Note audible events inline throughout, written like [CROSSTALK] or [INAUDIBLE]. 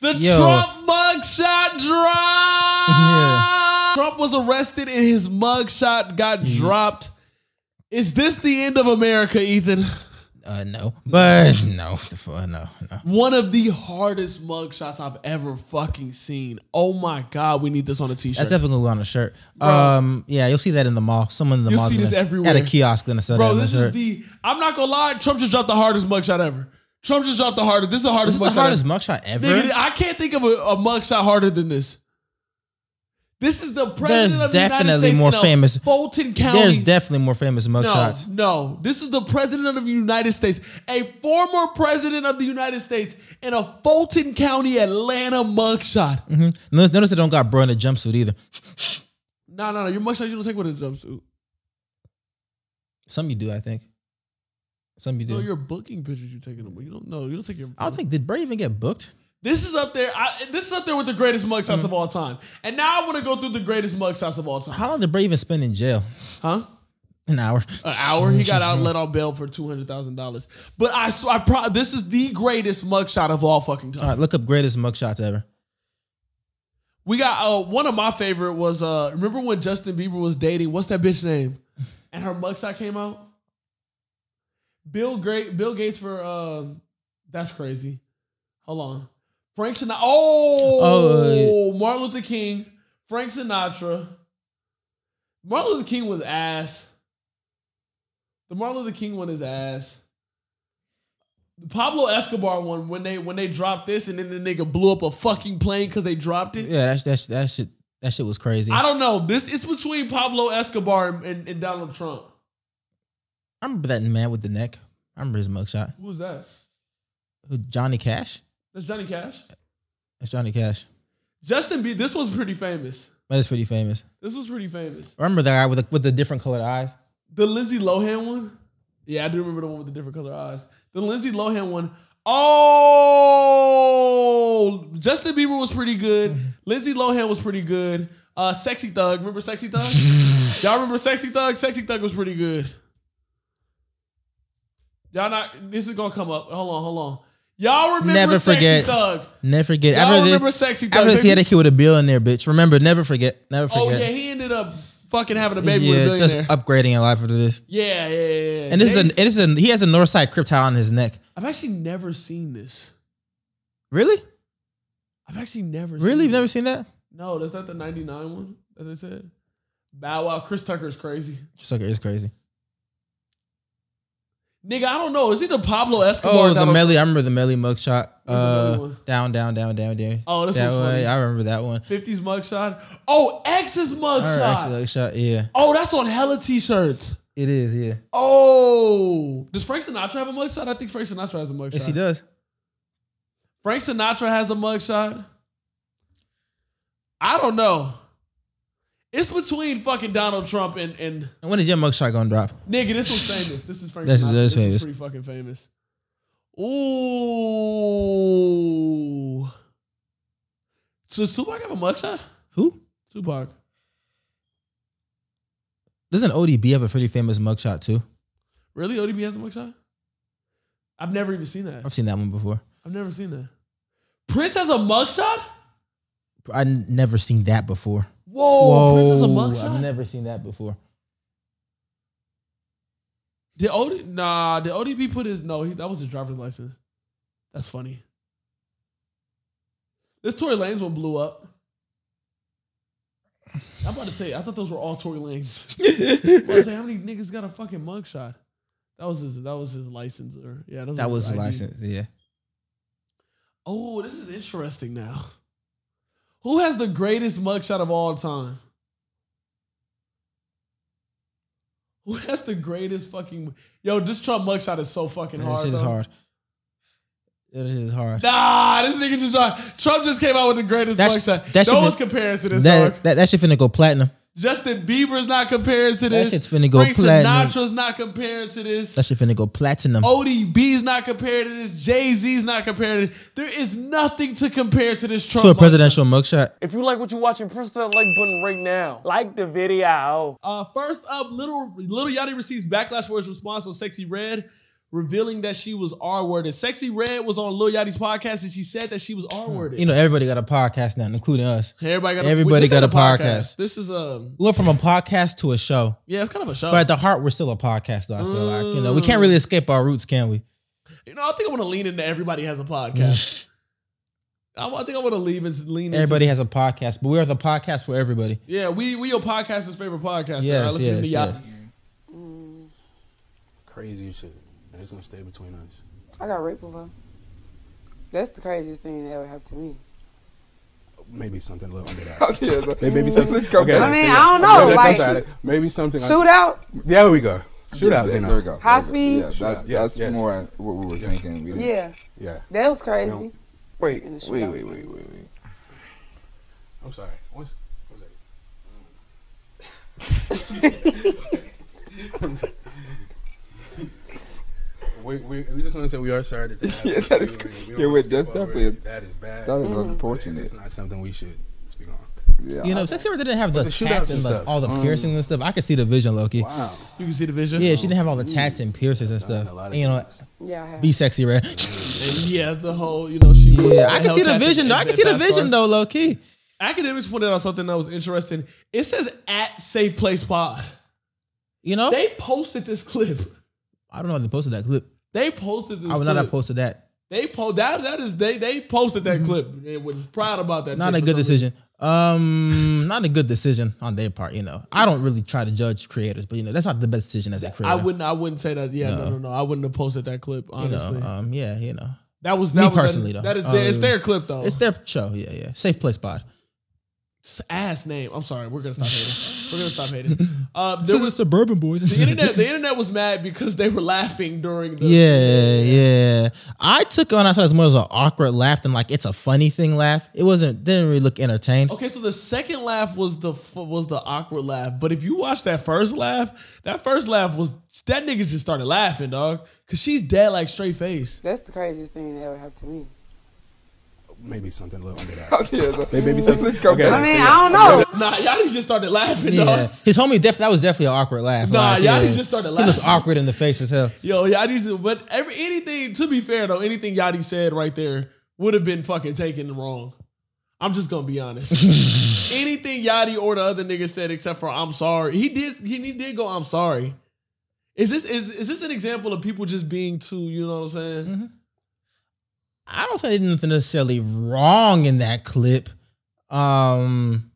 The Yo. Trump [LAUGHS] mugshot dropped. Yeah. Trump was arrested and his mugshot got Mm. dropped. Is this the end of America, Ethan? Uh, no, but [LAUGHS] no, the fu- no, no. One of the hardest mugshots I've ever fucking seen. Oh my god, we need this on a t-shirt. That's definitely gonna go on a shirt. Um, yeah, you'll see that in the mall. Someone in the You'll mall see this everywhere. at a kiosk gonna sell that Bro, on a this is shirt. the. I'm not gonna lie. Trump just dropped the hardest mugshot ever. Trump just dropped the hardest. This is the This hardest is the mugshot. hardest mugshot ever. ever. Nigga, I can't think of a, a mugshot harder than this. This is the president There's of the United definitely States more in a famous- Fulton County. There's definitely more famous no, mugshots. no. This is the president of the United States, a former president of the United States, in a Fulton County, Atlanta mugshot. No. Mm-hmm. Notice they don't got bro in a jumpsuit either. No, no, no. Your mugshot you don't take with a jumpsuit. Some you do, I think. Some you do. No, your booking pictures you taking them. with. You don't know. You don't take your. I don't think did Bray even get booked? This is up there. I, this is up there with the greatest mugshots of all time. And now I want to go through the greatest mugshots of all time. How long did Bray even spend in jail? [LAUGHS] Huh? An hour. An hour. He got out, let on bail for two hundred thousand dollars. But I, sw- I pro- this is the greatest mugshot of all fucking time. All right, look up greatest mugshots ever. We got uh, one of my favorite was uh, remember when Justin Bieber was dating what's that bitch name, and her mugshot came out. Bill Great Bill Gates for uh, that's crazy. Hold on, Frank Sinatra. Oh, Oh, Martin Luther King, Frank Sinatra. Martin Luther King was ass. The Martin Luther King one is ass. The Pablo Escobar one when they when they dropped this and then the nigga blew up a fucking plane because they dropped it. Yeah, that's that's that shit. That shit was crazy. I don't know. This it's between Pablo Escobar and, and, and Donald Trump. I remember that man with the neck. I remember his mugshot. Who's that? Who, Johnny Cash? That's Johnny Cash. That's Johnny Cash. Justin B. This was pretty famous. That is pretty famous. This was pretty famous. I remember that guy with the, with the different colored eyes. The Lindsay Lohan one. Yeah, I do remember the one with the different color eyes. The Lindsay Lohan one. Oh, Justin Bieber was pretty good. Mm-hmm. Lindsay Lohan was pretty good. Uh, Sexy Thug. Remember Sexy [LAUGHS] Thug? Y'all remember Sexy Thug? Sexy Thug was pretty good. Y'all not. This is gonna come up. Hold on, hold on. Y'all remember Never Sexy forget. Thug? Never forget. Y'all After remember this- Sexy Thug? after this, he If had a you- [LAUGHS] kid with a billionaire bitch. Remember, never forget. Never forget. oh yeah, he ended up fucking having a baby with a Yeah, just billionaire. upgrading your life after this. yeah, yeah, yeah, yeah. And this is They- a, it is a he has a north side cryptile on his neck. I've actually never seen this. Really? I've actually never Really? seen You've this. never seen that? No, that's not the 99 one that they said. Bow Wow, Chris Tucker is crazy. Sucker is crazy. Nigga, I don't know. Is it the Pablo Escobar? Oh, the Donald- melee. I remember the melee mugshot. the melee Uh, one? down, down, down, down, down. Oh, this that one's way. funny. I remember that one. 50s mugshot. Oh, X's All right, actually, mugshot. like, shot. Yeah, Oh, that's on hella t-shirts. it is. Yeah, Oh, does Frank Sinatra have a mugshot? I think Frank Sinatra has a mugshot. yes, he does. Frank Sinatra has a mugshot. I don't know. It's between fucking Donald Trump and and And when is your mugshot gonna drop? Nigga, this one's famous. This is Frank This is- Sinatra. This, this is is famous. pretty fucking famous. Ooh. So does Tupac have a mugshot? Who? Tupac. Doesn't ODB have a pretty famous mugshot too? Really? ODB has a mugshot? I've never even seen that. I've seen that one before. I've never seen that. Prince has a mugshot? I n- never seen that before. Whoa, Oh, Prince has a I've mugshot? never seen that [LAUGHS] before. did OD, nah, did ODB put his no, he, that was his driver's license. That's funny. This Tory Lanez one blew up. I'm about to say, I thought those were all Tory Lanez. [LAUGHS] I was like, how many niggas got a fucking mugshot? That was his. That was his license, or yeah, That was his ID. license. Yeah. Oh, this is interesting now. Who has the greatest mugshot of all time? Who has the greatest fucking yo? This Trump mugshot is so fucking Man, hard. This shit is though. hard. This shit is hard. Nah, this nigga just tried. Trump just came out with the greatest That's- mugshot. that shit no one's is- comparing to this. dog. That, that that shit finna go platinum. Justin Bieber's not comparing to this. shit's finna go Frank platinum. Sinatra's not comparing to this. That shit finna go platinum. Oh, ODB's not compared to this. Jay Z's not compared to this. There is nothing to compare to this Trump. to a mugshot. presidential mugshot. If you like what you're watching, press that like button right now. Like the video. Uh, first up, little little Yachty receives backlash for his response on Sexy Red. revealing that she was R worded. Sexy Red was on Lil Yachty's podcast and she said that she was R worded. Hmm. You know, everybody got a podcast now, including us. everybody got a, everybody this got is a podcast. This is a We went from a podcast to a show. Oh. yeah, it's kind of a show. But at the heart, we're still a podcast, though, I feel like. You know, we Mm. can't really escape our roots, can we? you know, I think I want to lean into everybody has a [LAUGHS] podcast. I, I think I want to leave and lean into Everybody has a podcast, but we are the podcast for everybody. Yeah, we we your podcaster's favorite podcast. Yes, All right, let's get yes, into y'all. yes. crazy shit. And it's gonna stay between us. I got raped before. That's the craziest thing that ever happened to me. Maybe something a little under [LAUGHS] that. Okay, but Maybe, maybe something. Let's go okay, back. I so mean, yeah. I don't know, Okay, like- I'm sorry. maybe something. Shoot. shootout. there we go. Shootouts. There, you know. there we go. High There speed? we go. Yeah, that, Yes, that's yes. more what we were thinking. We didn't- Yeah, Yeah. that was crazy. No. Wait, In the wait, shootout. wait, wait, wait, wait. I'm sorry. What's, what's that? I'm [LAUGHS] sorry. We, we, we just want to say we are sorry that that happened. [LAUGHS] Yeah, that is We- cr- we don't yeah, wanna wait, skip that's over definitely- it. that is bad. That is Mm-hmm. But unfortunate. It's not something we should speak on. Yeah. You know, Sexy Red didn't have the, Uh, the shootouts tats and and like stuff. all the Mm. piercings and stuff. I could see the vision, Loki. Wow. You can see the vision. Yeah, she didn't have all the tats and piercings and stuff. a lot of You know, Yeah, I have. be [LAUGHS] sexy, Red. And yeah, the whole you know she. was Yeah, I can see the Hellcats vision, and though. I can see the Fast vision, Cars. though, low key. Academics pointed out something that was interesting. It says at Safe Place Pod. You know? They posted this clip. I don't know if they posted that clip. They posted this. I would clip. not have posted that. They po- that that is they they posted that clip and was proud about that. Not shit a for good some reason. decision. Um, [LAUGHS] not a good decision on their part. You know, I don't really try to judge creators, but you know, that's not the best decision as a creator. I wouldn't. I wouldn't say that. Yeah, no. no, no, I wouldn't have posted that clip. you Honestly, know, um, yeah, you know, that was me that was, personally, that, though. That is their, it's Uh, their clip though. it's their show. Yeah, yeah, safe place pod. It's ass name. I'm sorry. We're gonna [LAUGHS] stop hating. we're gonna stop hating. Uh, there This was- is suburban boys. The internet, the internet was mad because they were laughing during the. [LAUGHS] Yeah, yeah. I took on I saw it as more as an awkward laugh than like it's a funny thing laugh. It wasn't didn't really look entertained. Okay, so the second laugh was the f- was the awkward laugh, but if you watch that first laugh, that first laugh was that nigga just started laughing, dog, because she's dead like straight face. That's the craziest thing that ever happened to me. Maybe something a little under that. [LAUGHS] Okay, so- Maybe, maybe something. Let's go Okay, back. I so mean, yeah. I don't know. Nah, Yachty just started [LAUGHS] laughing, Yeah, dog. his homie def that was definitely an awkward laugh. Nah, like, y'all yeah. just started He laughing. looked awkward in the face as hell. Yo, Yachty, just- but every anything to be fair though, anything Yachty said right there would have been fucking taken wrong. I'm just gonna be honest. anything Yachty or the other nigga said except for I'm sorry, he did he, he did go I'm sorry. Is this is is this an example of people just being too? You know what I'm saying? I don't think they did nothing necessarily wrong in that clip. Um,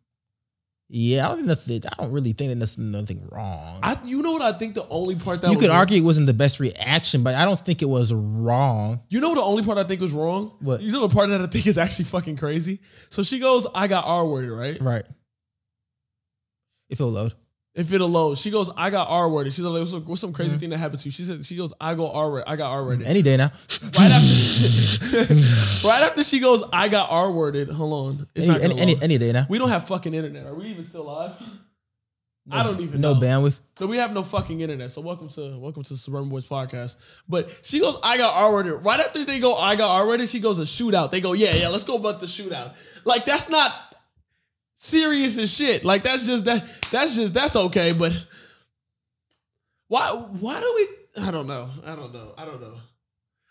yeah, I don't think nothing. I don't really think that there's nothing wrong. I you know what I think the only part that you was could argue it wasn't the best reaction, but I don't think it was wrong. You know the only part I think was wrong. What? You know the part that I think is actually fucking crazy. So she goes, "I got R worded, right?" Right. If it'll load. If it'll load, she goes, "I got R worded." She's like, "What's some, what's some crazy thing that happened to you?" She said, "She goes, I go R worded. I got R [LAUGHS] worded." Any day now. Right after, [LAUGHS] right after she goes, "I got R worded." Hold on, it's Any, not gonna any, any, load. any day now. We don't have fucking internet. Are we even still live? I don't even No know. bandwidth. No, we have no fucking internet. So welcome to welcome to Suburban Boys podcast. But she goes, I got R rated. Right after they go, I got R rated. She goes a shootout. They go, yeah, yeah, let's go about the shootout. Like that's not serious as shit. Like that's just that. That's just that's okay. But why? Why do we? I don't know. I don't know. I don't know.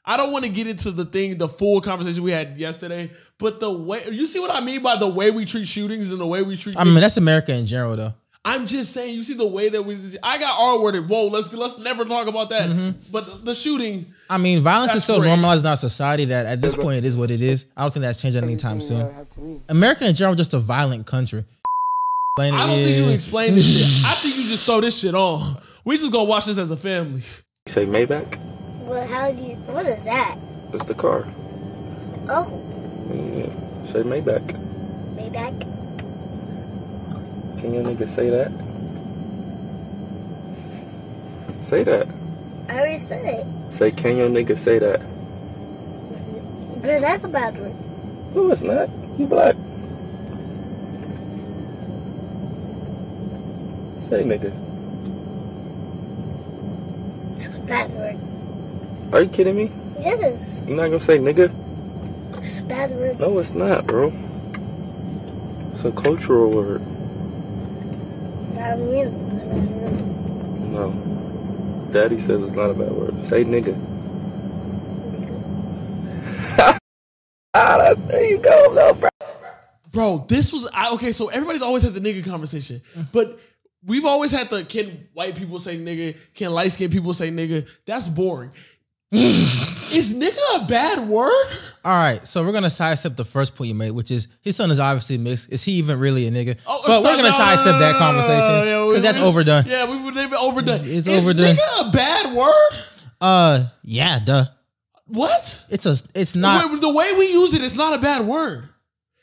I don't want to get into the thing, the full conversation we had yesterday. But the way you see what I mean by the way we treat shootings and the way we treat. I mean, that's America in general, though. I'm just saying, you see the way that we. I got R worded. Whoa, let's let's never talk about that. But the, the shooting, I mean, violence That's is so great. normalized in our society that at this point it is what it is. I don't think that's changing anytime Mm-hmm. Craziest thing that ever soon. happened to me. America in general just a violent country. I I don't think you explain this shit. I think you just throw this shit on. We just gonna watch this as a family. You say Maybach? Well, how do you? What is that? That's the car. Oh, Yeah. Say Maybach. Maybach. Can your nigga say that? Say that. I already said it. Say, can your nigga say that? Girl, that's a bad word. No, it's not. You black. Say nigga. It's a bad word. Are you kidding me? Yes, You're not gonna say nigga? it's a bad word. No, it's not, bro. It's a cultural word. I mean, it's a bad word. No. Daddy says it's not a bad word. Say nigga. Bro, this was I, okay. So everybody's always had the nigga conversation, but we've always had the can white people say nigga, can light skinned people say nigga. That's boring. Is nigga a bad word? All right, so we're gonna sidestep the first point you made, which is his son is obviously mixed. Is he even really a nigga? Oh, but sorry, we're no, gonna no, no, sidestep no, that no, no, conversation no, no, because no, that's we- overdone. Yeah, we were they've overdone. It's Is overdone. Nigga a bad word? Uh, yeah, duh. What? It's a, it's not. the, way, the way we use it is not a bad word.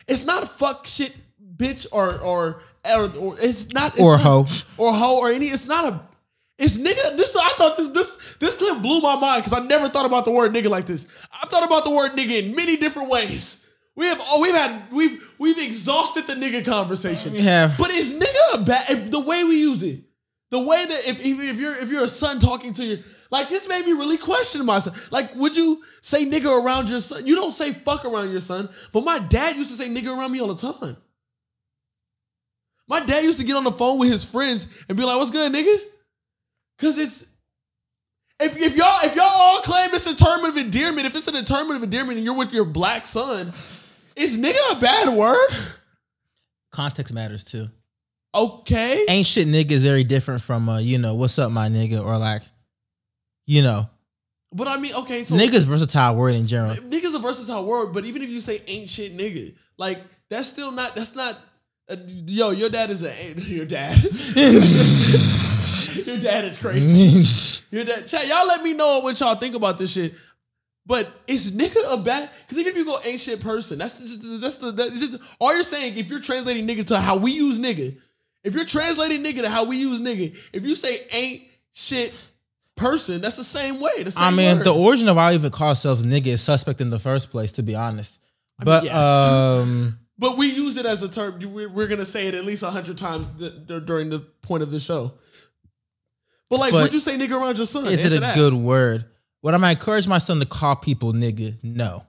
It's not fuck shit, bitch, or or or, or it's not it's Or not- hoe. or hoe or any. It's not a. It's nigga. This I thought this this this clip blew my mind because I never thought about the word nigga like this. I've thought about the word nigga in many different ways. We have oh we've had we've we've exhausted the nigga conversation. We have. But is nigga a bad if the way we use it? The way that if if if you're if you're a son talking to your like this made me really question myself. Like, would you say nigga around your son? You don't say fuck around your son, but my dad used to say nigga around me all the time. My dad used to get on the phone with his friends and be like, "What's good, nigga?" Cause it's if, if y'all if y'all all claim it's a term of endearment, if it's an term of endearment and you're with your black son, is nigga a bad word? Context matters too. Okay. Ain't shit nigga is very different from uh, you know, what's up, my nigga, or like, you know, But I mean, okay, so niggas versatile word in general. [LAUGHS] nigga's a versatile word, but even if you say ain't shit nigga, like that's still not that's not uh, yo, your dad is a [LAUGHS] your dad. your dad is crazy. Your dad chat, y'all let me know what y'all think about this shit. But is nigga a bad? Because if you go ain't shit person, that's just, that's the that's just, all you're saying. If you're translating nigga to how we use nigga, if you're translating nigga to how we use nigga, if you say ain't shit person, that's the same way. The same I mean, word. the origin of why we even call ourselves nigga is suspect in the first place, to be honest. But yes. [LAUGHS] um, But we use it as a term. We're, we're gonna say it at least hundred times th- th- during the point of the show. But like, But would you say nigga around your son? [LAUGHS] is it Answer a that. good word? Would I encourage my son to call people nigga? No.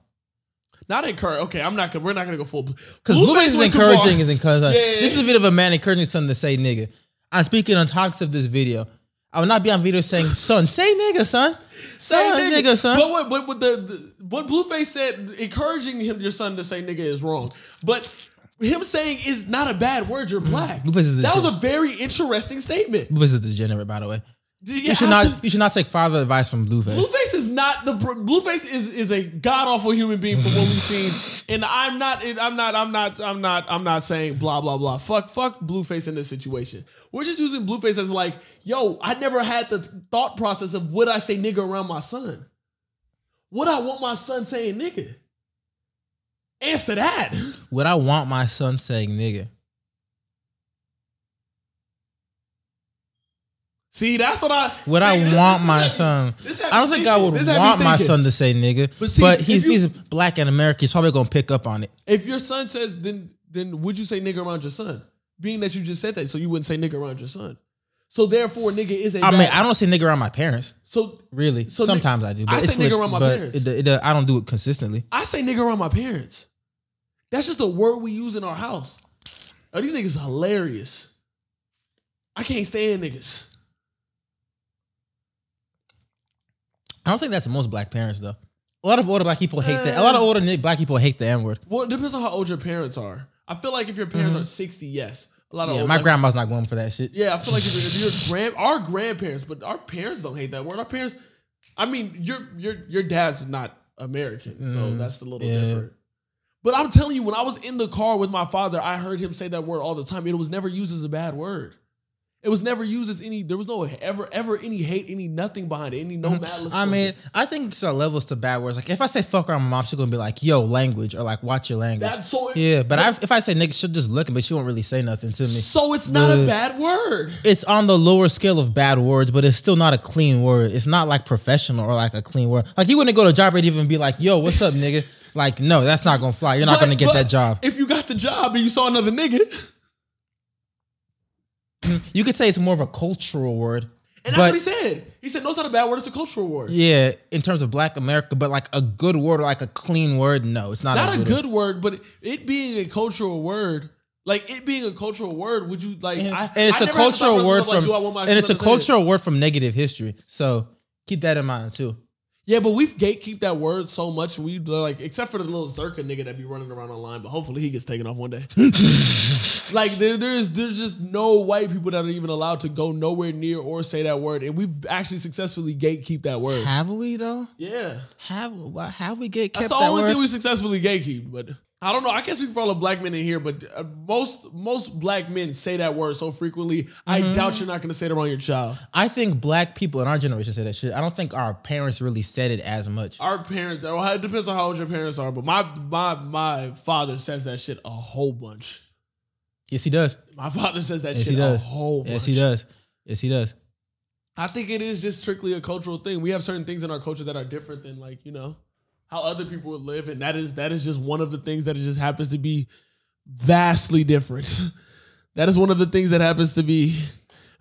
Not encourage. Okay, I'm not. gonna We're not gonna go full. Because Because Blueface is encouraging his encouraging. Yeah, yeah, yeah. This is a video of a man encouraging son to say nigga. I'm speaking on topics of this video. I will not be on video saying, son, say nigga, son. Say nigga. son. But what, what, what the, the what Blueface said, encouraging him your son to say nigga is wrong. But him saying is not a bad word. You're black. Mm. Blueface is the that was gen- a very interesting statement. Blueface is degenerate, by the way. Yeah, you should absolutely. not you should not take father advice from Blueface. Blueface is not the Blueface is is a god awful human being from what we've seen, [LAUGHS] and I'm not and I'm not I'm not I'm not I'm not saying blah blah blah. Fuck fuck Blueface in this situation. We're just using Blueface as like, yo, I never had the thought process of would I say nigga around my son? Would I want my son saying nigga? Answer that. [LAUGHS] Would I want my son saying nigga? See, that's what I. Would I Nigga, this- want this my had- son? this had I don't me think I thinking. would This had me want my thinking. son to say nigga. But But, see, if he's you- he's black and American. He's probably gonna pick up on it. If your son says, then then would you say nigga around your son? Being that you just said that, so you wouldn't say nigga around your son. So therefore, nigga is a. I mean, bad- I don't say nigga around my parents. so Really? So nigga- Sometimes I do. But I it say nigga slips, around my but parents. It, it, it- I don't do it consistently. I say nigga around my parents. That's just a word we use in our house. Oh, these niggas hilarious. I can't stand niggas. I don't think that's most black parents though. A lot of older black people hate that. A lot of older ni- black people hate the N word. Well, it depends on how old your parents are. I feel like if your parents are sixty, yes, a lot of Mm-hmm. Yeah, old my black- grandma's not going for that shit. Oh, Yeah, I feel like if you're, if you're grand, our grandparents, but our parents don't hate that word. Our parents, I mean, your your your dad's not American, so that's a little Mm-hmm. yeah. different. But I'm telling you, when I was in the car with my father, I heard him say that word all the time. It was never used as a bad word. It was never used as any. There was no ever ever any hate, any nothing behind it, any no malice. Mm-hmm. I towards mean, it. I think it's a levels to bad words. Like if I say fuck around my mom, she's gonna be like, "Yo, language," or like, "Watch your language." That's so- yeah, but I, if I say nigga, she'll just look, but she won't really say nothing to me. so it's not a the- bad word. It's on the lower scale of bad words, but it's still not a clean word. It's not like professional or like a clean word. Like he wouldn't go to a job and even be like, "Yo, what's up, nigga?" Like, no, that's not gonna fly. You're not But- gonna get but that job. If you got the job and you saw another nigga, [LAUGHS] You could say it's more of a cultural word. and that's but- what he said. He said, "No, it's not a bad word. It's a cultural word." Yeah, in terms of Black America, but like a good word or like a clean word, no, it's not. not a good word, but it being a cultural word, like it being a cultural word, would you like? and, I, and it's a a cultural word from do I want my and it's son a to say it? cultural word from negative history. So keep that in mind too. Yeah, but we've gatekeep that word so much. We like, except for the little Zerka nigga that be running around online, but hopefully he gets taken off [LAUGHS] one day. like there, there's there's just no white people that are even allowed to go nowhere near or say that word, and we've actually successfully gatekeep that word. Have we though? Yeah, Have why- have we get that's the kept that only word? thing we successfully gatekeep. But I don't know. I guess we for all the black men in here, but uh, most most black men say that word so frequently. I Mm-hmm. doubt you're not going to say it around your child. I think black people in our generation say that shit. I don't think our parents really said it as much. Our parents, well, it depends on how old your parents are, but my my my father says that shit a whole bunch. Yes, he does. My father says that Yes, shit he does. a whole bunch. Yes, he does. Yes, he does. I think it is just strictly a cultural thing. We have certain things in our culture that are different than like you know how other people would live, and that is that is just one of the things that it just happens to be vastly different. [LAUGHS] that is one of the things that happens to be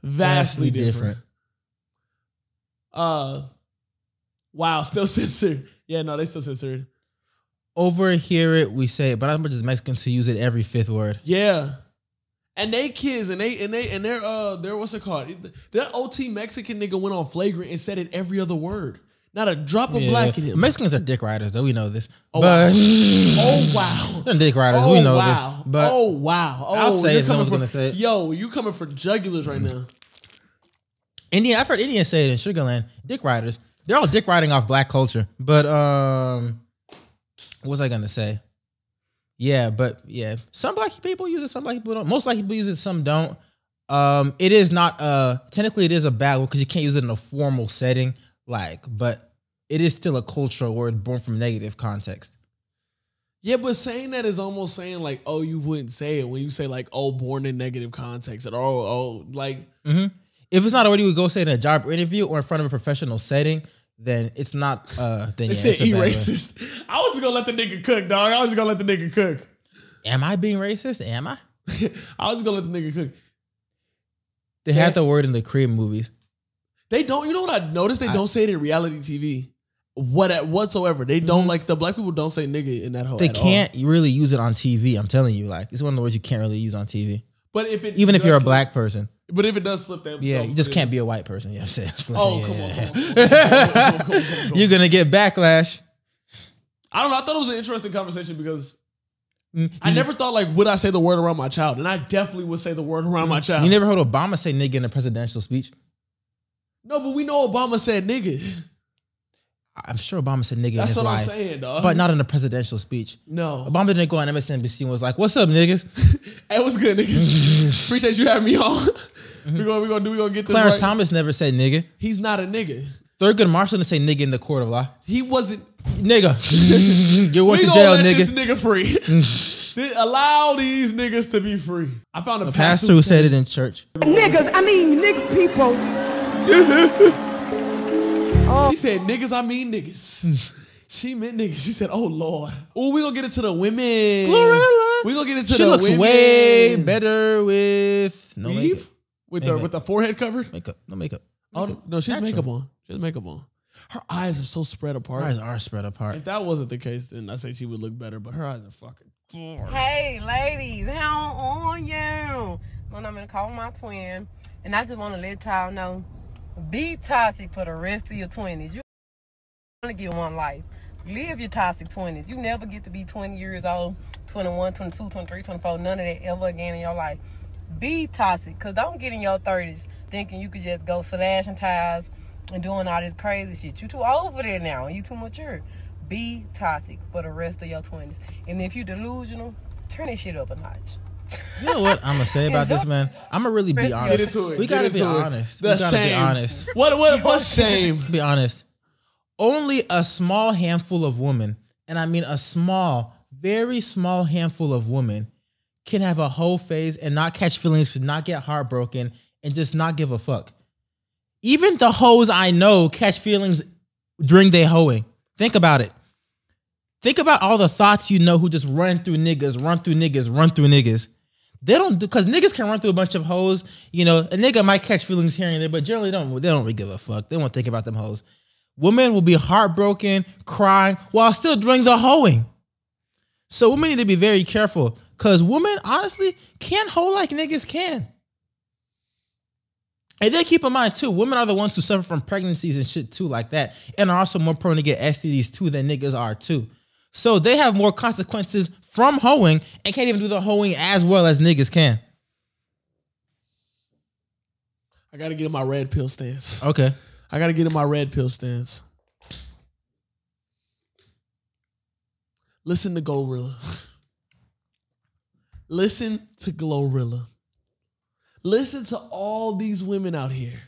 vastly, different. Uh, wow, still [LAUGHS] censored. Yeah, no, they still censored. Overhear it, we say it, but I remember just Mexicans who use it every fifth word. Yeah. And they kids and they and they and their uh their what's it called? That OT Mexican nigga went on flagrant and said it every other word. Not a drop of Yeah. black in him. Mexicans are dick riders, though. We know this. Oh, but Oh wow. [LAUGHS] They're dick riders. Oh, we know wow. this. But oh wow. Oh, I'll say you're it, no coming one's for- gonna say it. Yo, you coming for jugulars right now. Indian, I've heard Indians say it in Sugarland. Dick riders. They're all dick riding off black culture. But um, what was I gonna say? Yeah, but yeah, some black people use it. Some black people don't. Most black people use it. Some don't. Um, it is not uh technically it is a bad word because you can't use it in a formal setting. Like, but it is still a cultural word born from negative context. Yeah, but saying that is almost saying like, oh, you wouldn't say it when you say like, oh, born in negative context at all. Oh, like If it's not already we go say it in a job interview or in front of a professional setting, then it's not uh then they yeah, said it's a he bad word. racist. [LAUGHS] I was just gonna let the nigga cook, dog. I was just gonna let the nigga cook. [LAUGHS] Am I being racist? Am I? I was just gonna let the nigga cook. They had the word in the Korean movies. They don't. You know what I noticed? They I- don't say it in reality TV. What at whatsoever. They don't like the black people don't say nigga in that whole. Mm-hmm. They can't really use it on TV. I'm telling you, like it's one of the words you can't really use on TV, But if it even if does you're a slip- black person. but if it does slip, that Yeah, you just can't be a white person. [LAUGHS] You know what I'm saying? It's like, Oh, yeah, come on, yeah, come on, yeah. come on, come on, come on, come on, come on. You're gonna get backlash. [LAUGHS] I don't know. I thought it was an interesting conversation because Mm, I you- never thought like would I say the word around my child, and I definitely would say the word around my child. You never heard Obama say nigga in a presidential speech. no, but we know Obama said nigga. I- I'm sure Obama said nigga in That's his what life, I'm saying, dog. but not in a presidential speech. no. Obama didn't go on MSNBC and was like, "What's [LAUGHS] up, niggas?" Hey, what's good, [LAUGHS] niggas? Appreciate you having me on. we gonna we gonna do we gonna get this. Clarence right. Thomas never said nigga. He's not a nigga. Thurgood Marshall didn't say nigga in the court of law. [LAUGHS] He wasn't Nigga, you're going we to gonna jail, let nigga. this nigga free. [LAUGHS] Th- allow these niggas to be free. I found a, a pastor who said it in church. Niggas, I mean nigga people. She Oh. said, "Niggas, I mean [LAUGHS] niggas." she meant niggas. She said, "Oh Lord." Oh, we gonna get into the women. Glorilla. We gonna get into She the looks women. way better with no Eve? makeup. With the Makeup. with the forehead covered. Makeup, no makeup. Oh no, she has Natural. makeup on. She has makeup on. Her eyes are so spread apart. Her eyes are spread apart. If that wasn't the case, then I say she would look better. But her eyes are fucking. Hey ladies, how are you? My name is call my twin, and I just want to let y'all know, be toxic for the rest of your twenties. You only get one life. Live your toxic twenties. You never get to be 20 years old, 21, 22, 23, 24, none of that ever again in your life. Be toxic, cause don't get in your thirties thinking you could just go slashing ties and doing all this crazy shit. You too old for that now. You too mature. Be toxic for the rest of your twenties. And if you delusional, turn that shit up a notch. You know what I'm gonna say about this man? I'm gonna really be honest. into it. We Get gotta be into it. honest. The we gotta be shame. honest. What what what shame? Be honest. Only a small handful of women, and I mean a small, very small handful of women, can have a whole phase and not catch feelings, not get heartbroken, and just not give a fuck. Even the hoes I know catch feelings during their hoeing. Think about it. Think about all the thoughts you know who just run through niggas, run through niggas, run through niggas. They don't do because niggas can run through a bunch of hoes. You know, a nigga might catch feelings here and there, but generally don't they don't really give a fuck. They won't think about them hoes. Women will be heartbroken, crying while still doing the hoeing. So women need to be very careful because women honestly can't hoe like niggas can. And then keep in mind too, women are the ones who suffer from pregnancies and shit too, like that, and are also more prone to get STDs too than niggas are too. So they have more consequences from hoeing and can't even do the hoeing as well as niggas can. I gotta get in my red pill stance. Okay. I gotta get in my red pill stance. Listen to Gorilla. [LAUGHS] Listen to Glorilla. Listen to all these women out here.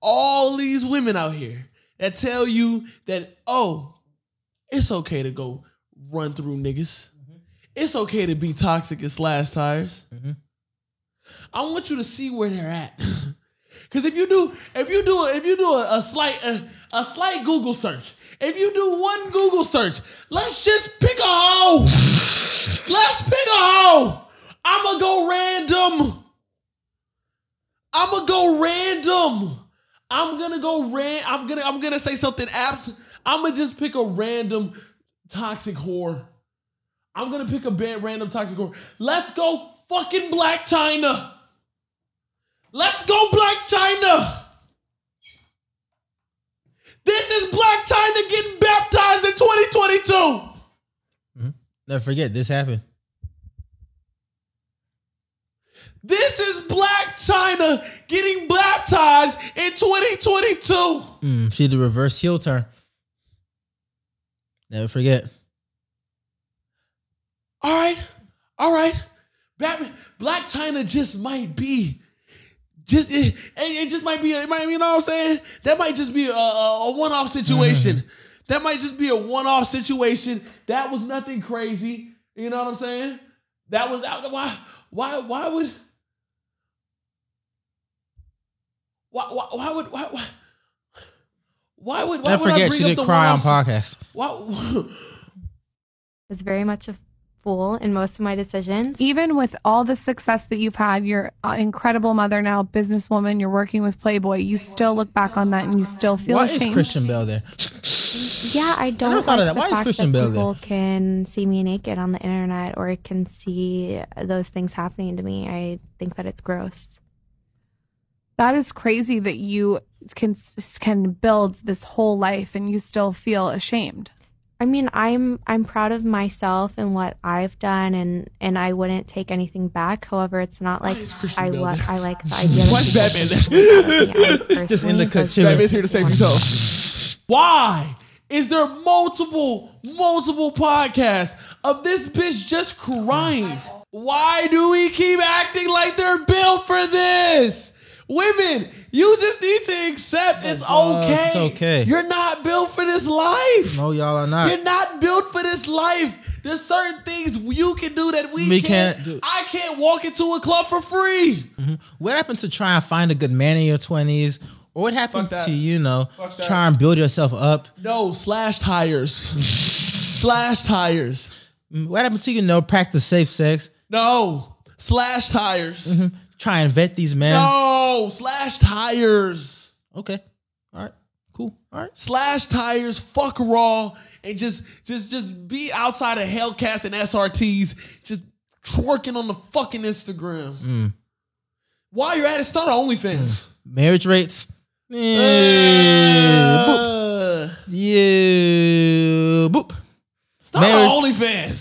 All these women out here that tell you that, oh, it's okay to go run through niggas. It's okay to be toxic and slash tires. I want you to see where they're at. [LAUGHS] Cause if you do, if you do, if you do a, a slight, a, a slight Google search, if you do one Google search, let's just pick a hole. let's pick a hole. I'ma go random. I'ma go random. I'm gonna go ran. I'm gonna, I'm gonna say something abs. I'ma just pick a random toxic whore. I'm gonna pick a ba- random toxic whore. Let's go fucking Black China. Let's go, Black China! This is Black China getting baptized in 2022! Never forget this happened. This is Black China getting baptized in 2022! Mm, she did a reverse heel turn. Never forget. All right, all right. Bat- Black China just might be, just it, it- it just might be. It might, you know what I'm saying? That might just be a, a, a one-off situation. Mm-hmm. That might just be a one-off situation. That was nothing crazy. You know what I'm saying? That was that, why why why would why why, why would why, why why would why Never would I forget bring she up did the cry on one-off- podcast. Why, [LAUGHS] was very much a fool in most of my decisions. Even with all the success that you've had, you're an incredible mother now, businesswoman, you're working with Playboy, you still look back on that and you still feel Why is ashamed. Christian Bell there? Yeah, I don't thought of like that. the Why is fact Christian that Bale there? people can see me naked on the internet or can see those things happening to me. I think that it's gross. that is crazy that you can can build this whole life and you still feel ashamed. I mean, I'm I'm proud of myself and what I've done, and and I wouldn't take anything back. However, it's not like is Christian I Bale like there? I [LAUGHS] like the idea. that Why's people Batman think there? that about me. I Just in the personally cut was- chilling. Batman's here to save himself. Why is there multiple, multiple podcasts of this bitch just crying? Why do we keep acting like they're built for this? Women, you just need to accept it's God, okay. it's okay. You're not built for this life. No, y'all are not. You're Oh, not built for this life. There's certain things you can do that we, We can't. can't do. I can't walk into a club for free. What happened to try and find a good man in your twenties? Or what happened Fuck that. to you know Fuck that. try and build yourself up? No, slash [LAUGHS] tires. slash tires. Mm, What happened to you know practice safe sex? No. Slash tires. Try and vet these men. No. Slash tires. Okay, all right, cool, all right. Slash tires. Fuck raw. And just just just be outside of Hellcats and SRTs. Just twerking on the fucking Instagram. While you're at it, start an OnlyFans. Marriage rates. Mm. Yeah, boop. Uh, Yeah, boop. start an Marriage- OnlyFans.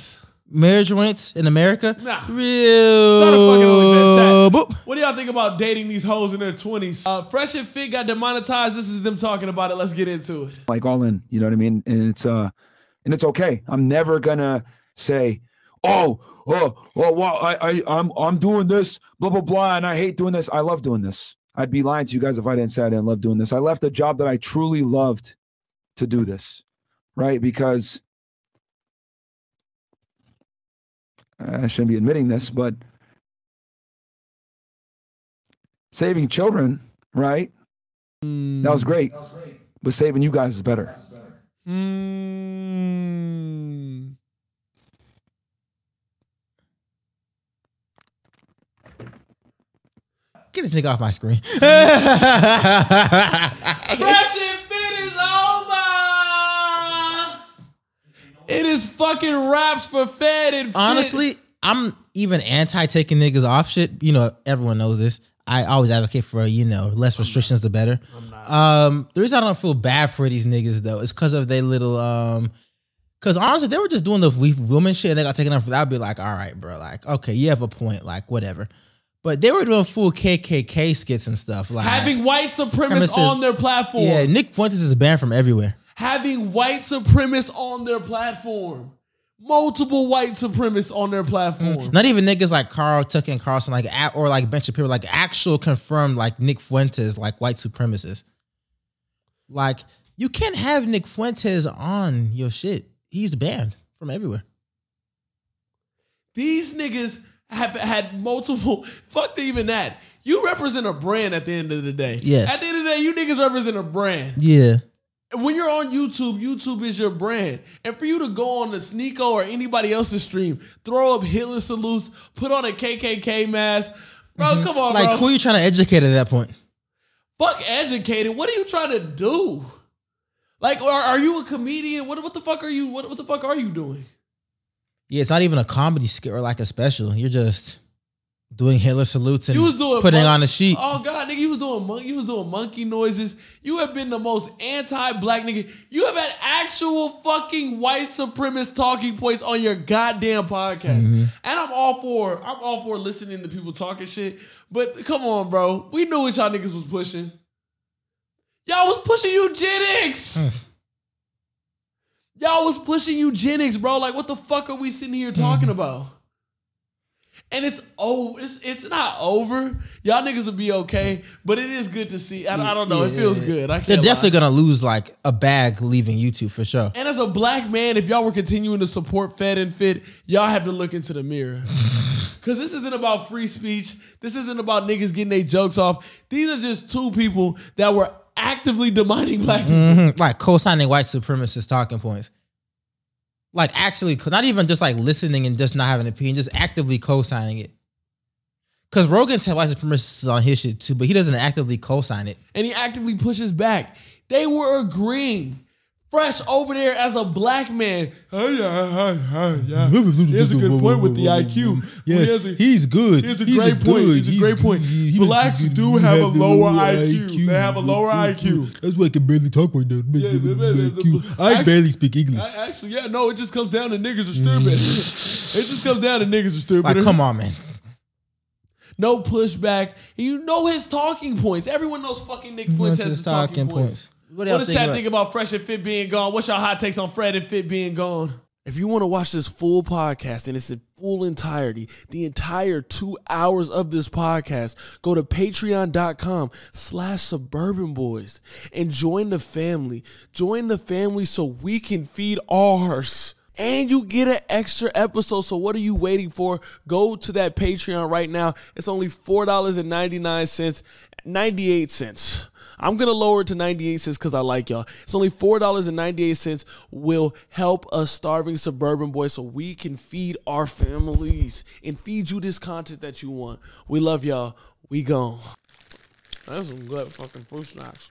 Marriage rates in America. Nah. Real. Start a fucking OnlyFans Boop. What do y'all think about dating these hoes in their 20s? Uh, Fresh and Fit got demonetized. This is them talking about it. Let's get into it. like all in you know what i mean and it's uh and it's okay i'm never gonna say oh oh oh well i, I i'm i'm doing this blah blah blah and i hate doing this i love doing this i'd be lying to you guys if i didn't say i didn't love doing this i left a job that i truly loved to do this right because i shouldn't be admitting this but saving children right that was great but saving you guys is better Mm. Get this nigga off [LAUGHS] my screen. Fresh and Fit is over. It is fucking raps for Fed and Fit. Honestly, I'm even anti taking niggas off shit. You know, everyone knows this. I always advocate for you know less restrictions the better. Um, the reason I don't feel bad for these niggas though is because of their little um. Cause honestly, if they were just doing the we- woman shit. and They got taken off. I'd be like, all right, bro. Like, okay, you have a point. Like, whatever. But they were doing full KKK skits and stuff. Like Having white supremacists Supremacists. on their platform. Yeah, Nick Fuentes is banned from everywhere. Having white supremacists on their platform. Multiple white supremacists on their platform. Not even niggas like Carl Tucker and Carlson, like at, or like Ben Shapiro, like actual confirmed like Nick Fuentes, like white supremacists. Like you can't have Nick Fuentes on your shit. He's banned from everywhere. These niggas have had multiple. [LAUGHS] Fuck even that. You represent a brand at the end of the day. Yes. At the end of the day, you niggas represent a brand. Yeah. When you're on YouTube, YouTube is your brand. And for you to go on the Sneeko or anybody else's stream, throw up Hitler salutes, put on a KKK mask, bro, come on, Like Oh, bro. who are you trying to educate at that point? fuck educated. What are you trying to do? Like, are, are you a comedian? What what the fuck are you? What what the fuck are you doing? Yeah, it's not even a comedy skit or like a special. You're just doing Hitler salutes and You was doing putting mon- on a sheet. Oh god, nigga, you was doing mon- you was doing monkey noises. You have been the most anti-black nigga. You have had actual fucking white supremacist talking points on your goddamn podcast. Mhm. And I'm all for I'm all for listening to people talking shit. But come on, bro, we knew what y'all niggas was pushing. Y'all was pushing eugenics. Hmm. Y'all was pushing eugenics, bro. Like, what the fuck are we sitting here talking Mm-hmm. about? And it's oh, it's it's not over. Y'all niggas will be okay, but it is good to see. I, I don't know. it Yeah. feels good. I can't They're definitely lie. gonna lose like a bag leaving YouTube for sure. And as a black man, if y'all were continuing to support Fed and Fit, y'all have to look into the [LAUGHS] mirror. Cause this isn't about free speech. This isn't about niggas getting their jokes off. These are just two people that were actively [LAUGHS] demanding black people. Mhm. like co-signing white supremacist talking points. Like actually, co- not even just like listening and just not having an opinion, just actively co-signing it. Because Rogan's had white supremacists on his shit too, but he doesn't actively co-sign it. and he actively pushes back. They were agreeing. Fresh over there as a black man. Oh, yeah, yeah, yeah, Uh-huh, yeah. He has a good point with the IQ. Yes, He has a- he's good. He's a He's great a point. good. He's a He's great point. Blacks do have a lower IQ. They have a lower IQ. That's why I can barely talk right now. I barely speak English. I- actually, yeah, no, it just comes down to niggas are stupid. it just comes down to niggas are stupid. Like, come on, man. No pushback. And you know his talking points. Everyone knows fucking Nick Fuentes' talking, points. What, y'all does think chat about- think about Fresh and Fit being gone? What's your hot takes on Fred and Fit being gone? If you want to watch this full podcast and it's in full entirety, the entire two hours of this podcast, go to patreon.com slash suburban boys and join the family. Join the family so we can feed ours. And you get an extra episode. So what are you waiting for? Go to that Patreon right now. It's only $4.99, 98 cents. I'm gonna lower it to 98 cents because I like y'all. It's only four dollars and 98 cents will help a starving suburban boy so we can feed our families and feed you this content that you want. We love y'all. We gone. That's some good fucking fruit snacks.